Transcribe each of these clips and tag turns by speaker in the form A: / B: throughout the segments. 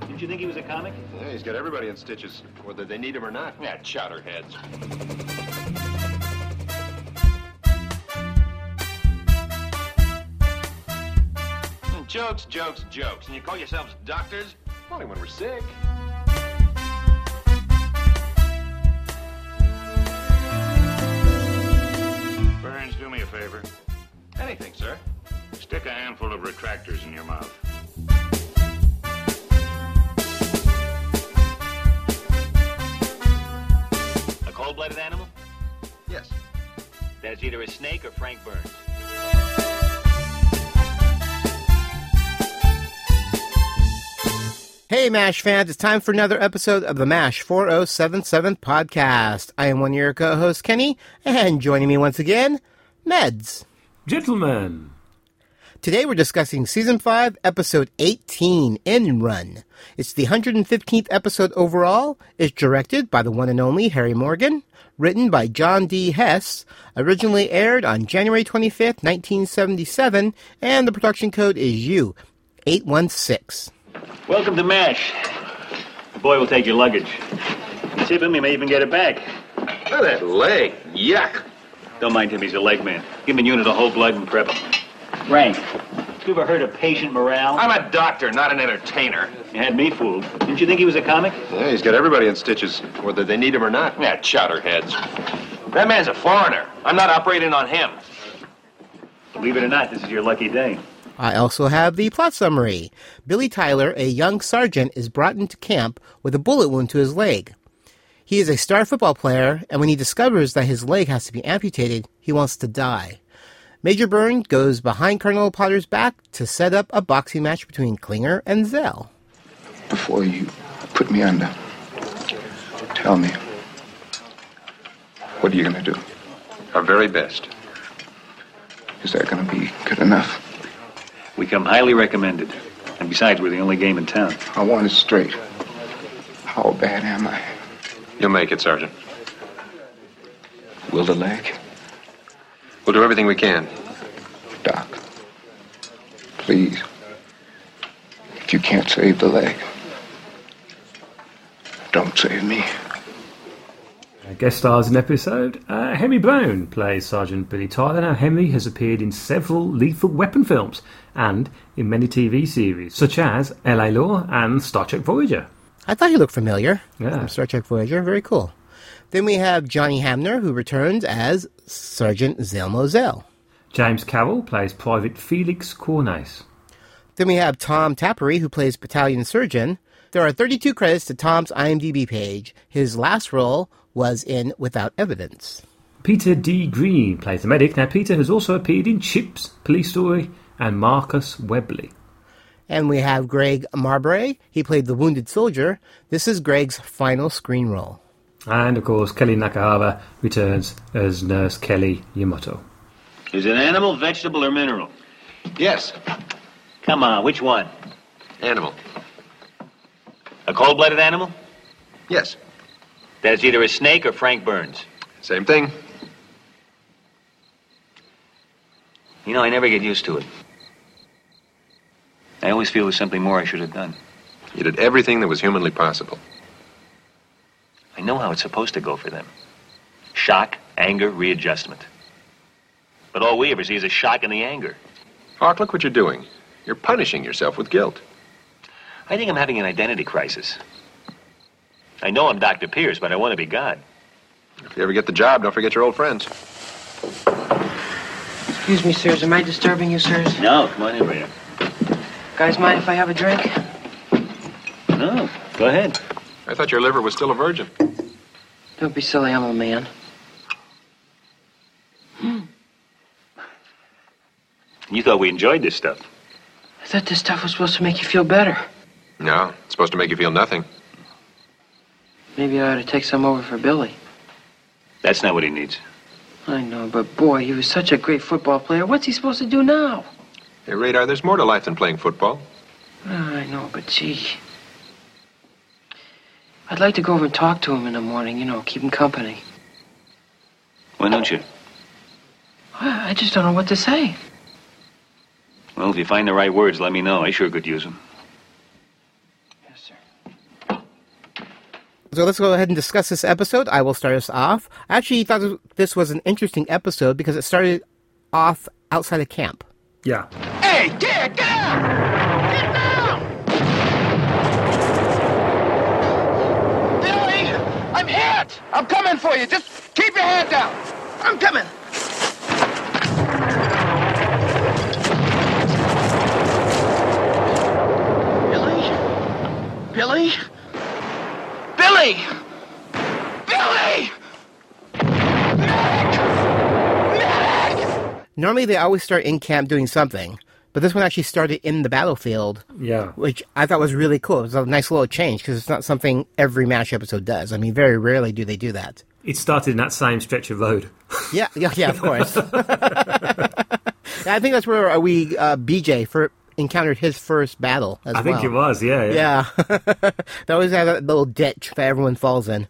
A: the comic?
B: Yeah, he's got everybody in stitches, whether they need him or not. Yeah, chowderheads. Mm, Jokes, jokes, jokes. And you call yourselves doctors? Only when we're sick.
C: Burns, do me a favor.
B: Anything, sir.
C: Stick a handful of retractors in your mouth.
A: A cold blooded animal?
B: Yes.
A: That's either a snake or Frank Burns.
D: Hey, MASH fans, it's time for another episode of the MASH 4077 podcast. I am one of your co host, Kenny, and joining me once again, Meds.
E: Gentlemen,
D: Today we're discussing Season 5, Episode 18, End Run. It's the 115th episode overall. It's directed by the one and only Harry Morgan, written by John D. Hess, originally aired on January 25th, 1977, and the production code is U816.
A: Welcome to MASH. The boy will take your luggage. Tip him, he may even get it back.
B: Look at that leg. Yuck.
A: Don't mind him, he's a leg man. Give him a unit of whole blood and prep him. Frank, you ever heard of patient morale?
B: I'm a doctor, not an entertainer.
A: You had me fooled. Didn't you think he was a comic?
B: Yeah, he's got everybody in stitches, whether they need him or not. Yeah, chowderheads. That man's a foreigner. I'm not operating on him.
A: Believe it or not, this is your lucky day.
D: I also have the plot summary. Billy Tyler, a young sergeant, is brought into camp with a bullet wound to his leg. He is a star football player, and when he discovers that his leg has to be amputated, he wants to die. Major Byrne goes behind Colonel Potter's back to set up a boxing match between Klinger and Zell.
F: before you put me under. Tell me, what are you going to do?
B: Our very best.
F: Is that going to be good enough?
A: We come highly recommended. And besides, we're the only game in town.
F: I want it straight. How bad am I?
B: You'll make it, Sergeant.
F: Will the leg?
B: We'll do everything we can.
F: Doc, please. If you can't save the leg, don't save me.
E: uh, guest stars in the episode. Uh, Hemi Bone plays Sergeant Billy Tyler. Now, Hemi has appeared in several Lethal Weapon films and in many TV series, such as L.A. Law and Star Trek Voyager.
D: I thought he looked familiar
E: Yeah.
D: from Star Trek Voyager. Very cool. Then we have Johnny Hamner, who returns as Sergeant Zell Moselle.
E: James Carroll plays Private Felix Cornace.
D: Then we have Tom Tappery, who plays Battalion Surgeon. There are 32 credits to Tom's IMDb page. His last role was in Without Evidence.
E: Peter D. Green plays the medic. Now, Peter has also appeared in Chips, Police Story, and Marcus Webley.
D: And we have Greg Marbury. He played the wounded soldier. This is Greg's final screen role.
E: And, of course, Kelly Nakahara returns as Nurse Kelly Yamato.
A: Is it animal, vegetable, or mineral?
B: Yes.
A: Come on, which one?
B: Animal.
A: A cold blooded animal?
B: Yes.
A: That's either a snake or Frank Burns.
B: Same thing.
A: You know, I never get used to it. I always feel there's something more I should have done.
B: You did everything that was humanly possible.
A: I know how it's supposed to go for them shock, anger, readjustment. But all we ever see is a shock and the anger.
B: Hawk, look what you're doing. You're punishing yourself with guilt.
A: I think I'm having an identity crisis. I know I'm Dr. Pierce, but I want to be God.
B: If you ever get the job, don't forget your old friends.
G: Excuse me, sirs. Am I disturbing you, sirs?
A: No, come on in, Rita.
G: Guys, mind if I have a drink?
A: No, go ahead.
B: I thought your liver was still a virgin.
G: Don't be silly. I'm a man.
A: You thought we enjoyed this stuff.
G: I thought this stuff was supposed to make you feel better.
B: No, it's supposed to make you feel nothing.
G: Maybe I ought to take some over for Billy.
A: That's not what he needs.
G: I know, but boy, he was such a great football player. What's he supposed to do now?
B: Hey, Radar, there's more to life than playing football.
G: Ah, I know, but gee. I'd like to go over and talk to him in the morning, you know, keep him company.
A: Why don't you?
G: I I just don't know what to say.
A: Well, if you find the right words, let me know. I sure could use them.
G: Yes, sir.
D: So let's go ahead and discuss this episode. I will start us off. I actually thought this was an interesting episode because it started off outside of camp.
E: Yeah.
B: Hey, Dick, get out! Get down! Billy, I'm hit! I'm coming for you. Just keep your hand down. I'm coming. Billy? Billy? Billy! Billy! Medic! Medic!
D: Normally, they always start in camp doing something, but this one actually started in the battlefield,
E: Yeah.
D: which I thought was really cool. It was a nice little change because it's not something every MASH episode does. I mean, very rarely do they do that.
E: It started in that same stretch of road.
D: Yeah, yeah, yeah, of course. I think that's where we, uh, BJ, for, encountered his first battle as
E: I think
D: well.
E: it was, yeah. Yeah.
D: Yeah. they always have that little ditch that everyone falls in.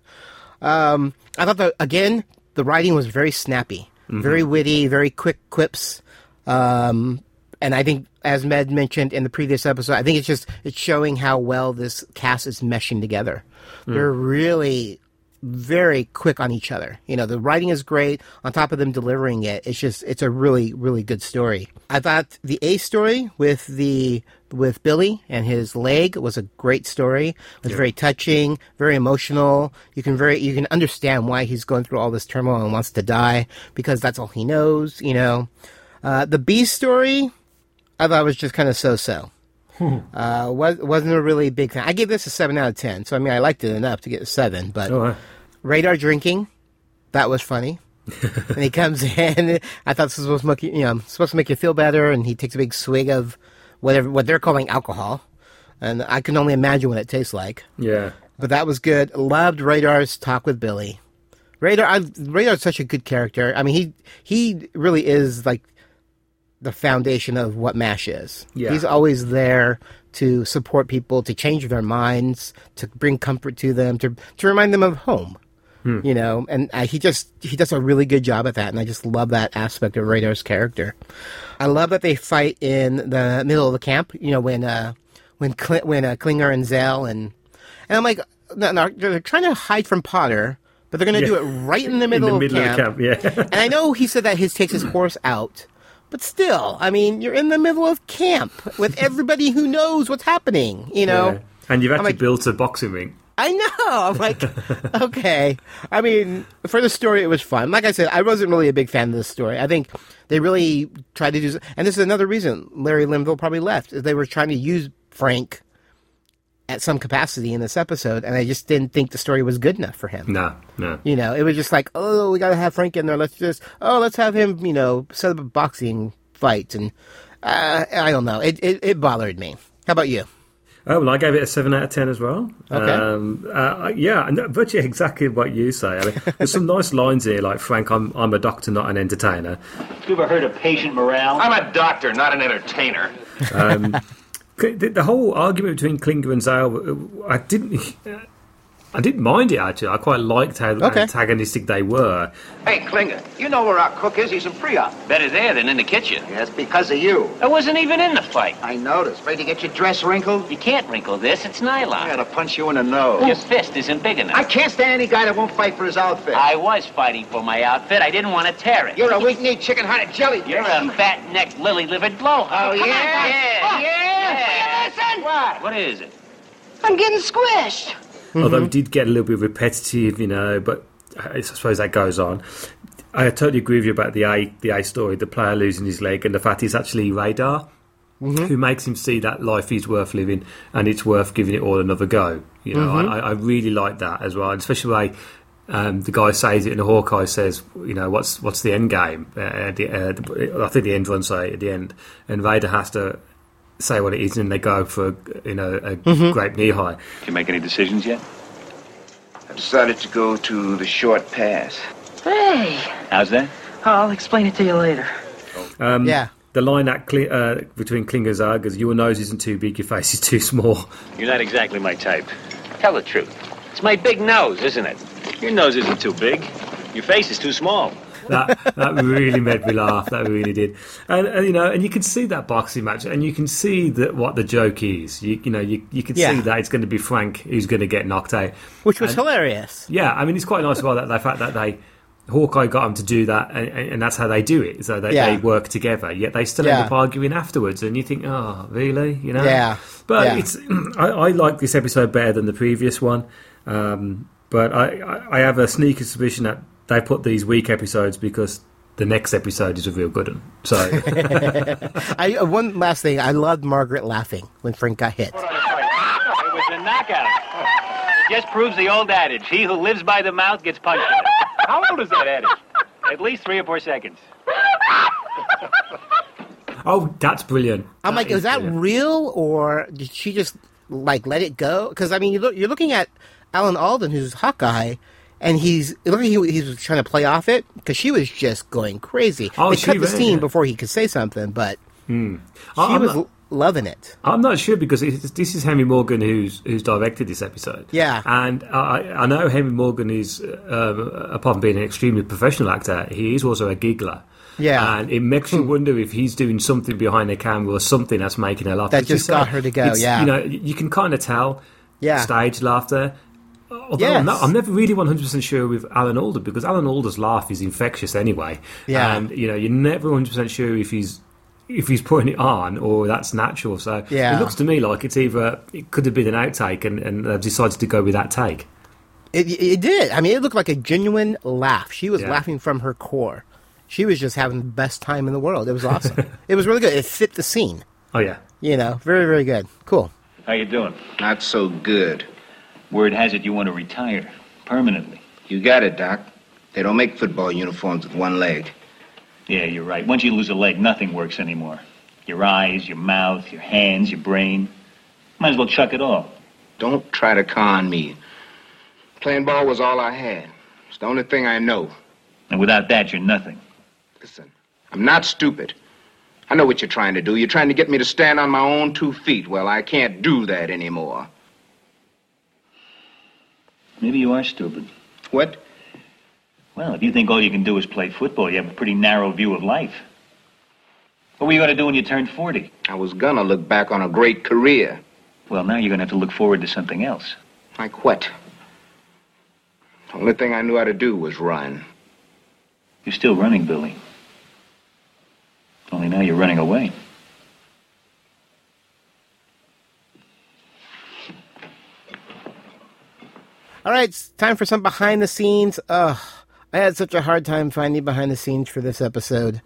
D: Um, I thought, that, again, the writing was very snappy, very witty, very quick quips. Um, and I think, as Med mentioned in the previous episode, I think it's just it's showing how well this cast is meshing together. They're really very quick on each other. You know, the writing is great. On top of them delivering it, it's just it's a really really good story. I thought the A story with the with Billy and his leg was a great story. It was very touching, very emotional. You can very you can understand why he's going through all this turmoil and wants to die because that's all he knows. You know, uh, the B story I thought was just kind of so so. Uh, was, wasn't a really big thing. I gave this a seven out of ten. So I mean, I liked it enough to get a seven, but
E: Oh, uh,
D: radar drinking. That was funny. and he comes in. I thought this was supposed to make you, you know, supposed to make you feel better. And he takes a big swig of whatever what they're calling alcohol, and I can only imagine what it tastes like.
E: yeah.
D: But that was good. Loved Radar's talk with Billy. Radar, I, Radar's such a good character. I mean, he he really is like the foundation of what Mash is.
E: Yeah.
D: He's always there to support people, to change their minds, to bring comfort to them, to to remind them of home. You know, and uh, he just he does a really good job at that, and I just love that aspect of Radar's character. I love that they fight in the middle of the camp. You know, when uh, when Cl- when uh, Klinger and Zell and and I'm like, no, no, they're trying to hide from Potter, but they're going to do it right in the
E: In
D: middle,
E: the middle
D: of camp.
E: of the camp, yeah.
D: And I know he said that his takes his horse out, but still, I mean, you're in the middle of camp with everybody who knows what's happening, you know?
E: Yeah. And you've had
D: I'm
E: to
D: like-
E: build a boxing ring.
D: I know. I'm like, okay. I mean, for the story, it was fun. Like I said, I wasn't really a big fan of this story. I think they really tried to do, and this is another reason Larry Linville probably left. Is they were trying to use Frank at some capacity in this episode, and I just didn't think the story was good enough for him.
E: No, no.
D: You know, it was just like, oh, we gotta have Frank in there. Let's just, oh, let's have him, you know, set up a boxing fight, and uh, I don't know. It, it it bothered me. How about you?
E: Oh, well, I gave it a 7 out of 10 as well.
D: Okay.
E: Um, uh, yeah, and virtually exactly what you say. I mean, there's some nice lines here, like, Frank, I'm, I'm a doctor, not an entertainer.
A: You ever heard of patient morale?
B: I'm a doctor, not an entertainer.
E: C- The, the whole argument between Klinger and Zale, uh, I didn't... I didn't mind it, actually. I quite liked how
D: Okay.
E: antagonistic they were.
B: Hey, Klinger, you know where our cook is? He's in pre-op. Better there than in the kitchen.
H: That's because of you.
B: I wasn't even in the fight.
H: I noticed. Ready to get your dress wrinkled?
I: You can't wrinkle this. It's
H: I
I: nylon.
H: gotta punch you in the nose.
I: Your fist isn't big enough.
H: I can't stand any guy that won't fight for his outfit.
I: I was fighting for my outfit. I didn't want to tear it.
H: You're a weak-kneed, chicken-hearted jellyfish.
I: You're a fat-necked, lily-livered blowhard.
H: Oh,
I: Come on,
H: yeah?
I: guys.
H: Yeah,
I: Oh,
H: yeah.
I: yeah.
H: Listen! What?
I: What is it?
J: I'm getting squished.
E: Although it did get a little bit repetitive, you know, but I I suppose that goes on. I totally agree with you about the A the A story, the player losing his leg, and the fact he's actually radar, who makes him see that life is worth living and it's worth giving it all another go. You know, I I, I really like that as well, and especially the way um, the guy says it, and Hawkeye says, you know, what's what's the end game? Uh, at the, uh, the, I think the end runs say at the end, and Vader has to say what it is, and they go for you know a grape knee high.
A: Did you make any decisions yet?
H: I decided to go to the short pass.
G: Hey,
A: How's that?
G: I'll explain it to you later.
D: yeah.
E: The line at Cli uh, between Klinger's argues, your nose isn't too big, your face is too small.
A: You're not exactly my type. Tell the truth. It's my big nose, isn't it? Your nose isn't too big. Your face is too small.
E: that that really made me laugh. That really did. And, and you know, and you can see that boxing match, and you can see that what the joke is. You you know, you you can
D: Yeah.
E: see that it's going to be Frank who's going to get knocked out,
D: which was
E: And-
D: hilarious.
E: yeah, I mean, it's quite nice about that. The fact that they Hawkeye got him to do that, and, and and that's how they do it. So they,
D: Yeah.
E: they work together. Yet they still end
D: Yeah.
E: up arguing afterwards, and you think, oh, really? You know?
D: Yeah.
E: But
D: Yeah.
E: it's I, I like this episode better than the previous one. Um, but I, I, I have a sneaky suspicion that they put these weak episodes because the next episode is a real good one. So
D: I uh, one last thing. I loved Margaret laughing when Frank got hit.
I: It was a knockout. It just proves the old adage: he who lives by the mouth gets punched. in it. How old is that adage? At least three or four seconds.
E: oh, that's brilliant.
D: I'm like, is that real or did she just like let it go? Because I mean, you look, you're looking at Alan Alden, who's Hawkeye, and he's look he he's trying to play off it because she was just going crazy.
E: Oh,
D: they
E: she
D: cut the
E: really-
D: scene before he could say something, but she
E: I- Oh, I'm
D: was
E: not-
D: loving it.
E: I'm not sure because it's, this is Henry Morgan who's who's directed this episode.
D: Yeah.
E: and I, I know Henry Morgan is, um, apart from being an extremely professional actor, he is also a giggler.
D: Yeah. Hmm.
E: and it makes you wonder if he's doing something behind the camera or something that's making her laugh.
D: That
E: Because you
D: just got
E: say,
D: her to go,
E: it's-
D: yeah.
E: you know, you can kind of tell.
D: Yeah.
E: stage laughter. Although
D: Yes.
E: I'm, not, I'm never really 100% sure with Alan Alda because Alan Alda's laugh is infectious anyway.
D: Yeah.
E: And, you know, you're never 100% sure if he's if he's putting it on or that's natural. So
D: Yeah.
E: it looks to me like it's either, it could have been an outtake and, and they've decided to go with that take.
D: It, it did. I mean, it looked like a genuine laugh. She was
E: Yeah.
D: laughing from her core. She was just having the best time in the world. It was awesome. it was really good. It fit the scene.
E: Oh, yeah.
D: You know, very very good. Cool.
A: How you doing?
H: Not so good.
A: Word has it you want to retire permanently.
H: You got it, Doc. They don't make football uniforms with one leg.
A: Yeah, you're right. Once you lose a leg, nothing works anymore. Your eyes, your mouth, your hands, your brain. Might as well chuck it all.
H: Don't try to con me. Playing ball was all I had. It's the only thing I know.
A: And without that, you're nothing.
H: Listen, I'm not stupid. I know what you're trying to do. You're trying to get me to stand on my own two feet. Well, I can't do that anymore.
A: Maybe you are stupid.
H: What?
A: Well, if you think all you can do is play football, you have a pretty narrow view of life. What were you going to do when you turned 40?
H: I was gonna look back on a great career.
A: Well, now you're going to have to look forward to something else.
H: Like what? The only thing I knew how to do was run.
A: You're still running, Billy. Only now you're running away.
D: All right, it's time for some behind the scenes. Ugh, I had such a hard time finding behind the scenes for this episode.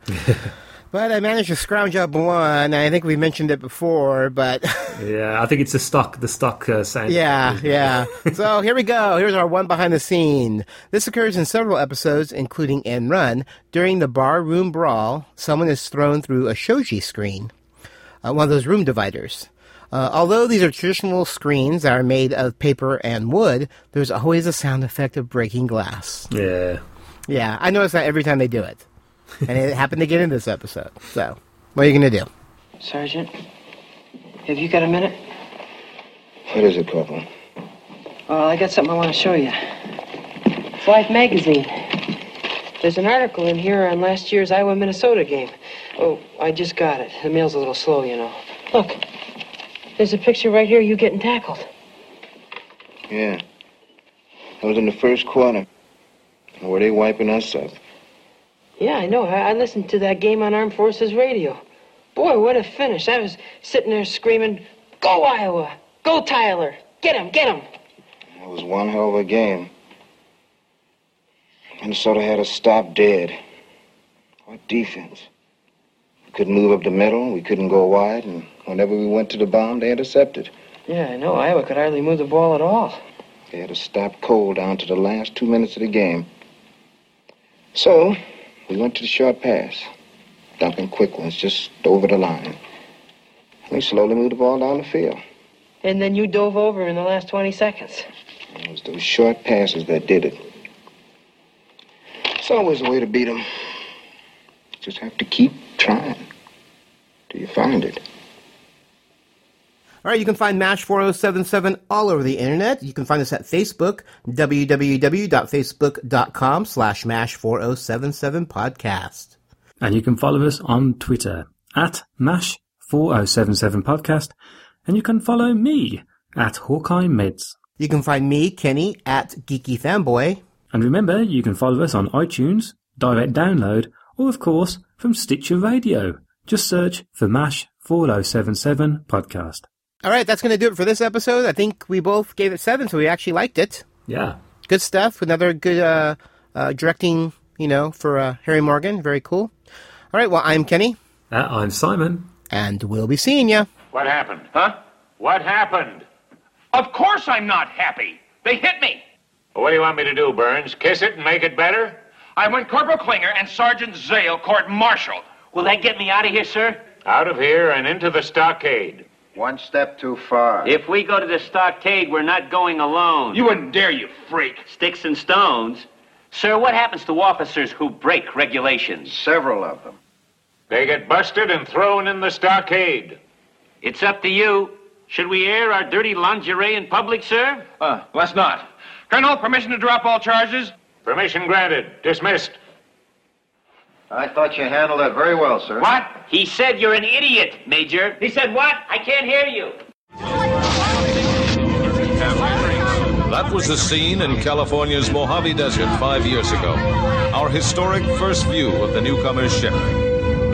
D: but I managed to scrounge up one. I think we mentioned it before, but
E: Yeah, I think it's the stock, the stock uh, sound.
D: yeah, yeah. so here we go. Here's our one behind the scene. This occurs in several episodes, including End Run. During the barroom brawl, someone is thrown through a shoji screen, uh, one of those room dividers. Uh, although these are traditional screens that are made of paper and wood, there's always a sound effect of breaking glass.
E: Yeah.
D: Yeah, I notice that every time they do it. And it happened again in this episode. So, what are you going to do?
G: Sergeant, have you got a minute?
H: What is it, Corporal?
G: Well, I got something I want to show you. It's Life magazine. There's an article in here on last year's Iowa Minnesota game. Oh, I just got it. The mail's a little slow, you know. Look, there's a picture right here of you getting tackled.
H: Yeah. I was in the first quarter. Were they wiping us up?
G: Yeah, I know. I, I listened to that game on Armed Forces radio. Boy, what a finish. I was sitting there screaming, Go, Iowa! Go, Tyler! Get him, get him!
H: It was one hell of a game. Minnesota had us stopped dead. What defense? We couldn't move up the middle, we couldn't go wide, and whenever we went to the bomb, they intercepted.
G: Yeah, I know. Iowa could hardly move the ball at all.
H: They had us stopped cold down to the last two minutes of the game. So, we went to the short pass, dumping quick ones just over the line. We slowly moved the ball down the field.
G: And then you dove over in the last 20 seconds.
H: It was those short passes that did it. It's always a way to beat 'em. Just have to keep trying till you find it.
D: All right, you can find MASH 4077 all over the internet. You can find us at Facebook, www.facebook.com slash MASH 4077 podcast.
E: And you can follow us on Twitter at MASH4077podcast. And you can follow me at Hawkeye Meds.
D: You can find me, Kenny, at Geeky Fanboy.
E: And remember, you can follow us on iTunes, direct download, or of course, from Stitcher Radio. Just search for MASH 4077 podcast.
D: All right, that's going to do it for this episode. I think we both gave it seven, so we actually liked it.
E: Yeah.
D: Good stuff. Another good uh, uh, directing, you know, for uh, Harry Morgan. Very cool. All right, well, I'm Kenny.
E: Uh, I'm Simon.
D: And we'll be seeing you.
C: What happened? Huh? What happened?
B: Of course I'm not happy. They hit me.
C: Well, what do you want me to do, Burns? Kiss it and make it better?
B: I went Corporal Klinger and Sergeant Zale court-martialed.
I: Will that get me out of here, sir?
C: Out of here and into the stockade.
F: One step too far.
I: If we go to the stockade, we're not going alone.
B: You wouldn't dare, you freak.
I: Sticks and stones? Sir, what happens to officers who break regulations?
F: Several of them.
C: They get busted and thrown in the stockade.
I: It's up to you. Should we air our dirty lingerie in public, sir?
B: Uh, let's not. Colonel, permission to drop all charges?
C: Permission granted. Dismissed.
F: I thought you handled that very well, sir.
I: What? He said you're an idiot, Major. He said what? I can't hear you.
K: That was the scene in California's Mojave Desert five years ago. Our historic first view of the newcomer's ship.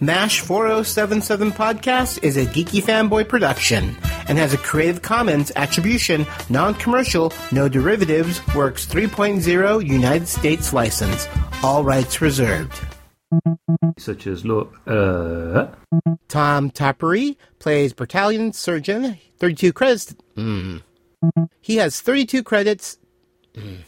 D: MASH 4077 Podcast is a geeky fanboy production and has a Creative Commons Attribution, Non Commercial, No Derivatives, Works 3.0 United States license. All rights reserved.
E: Such as, look, uh,
D: Tom Tappery plays battalion surgeon, 32 credits. Mm. He has 32 credits. Mm.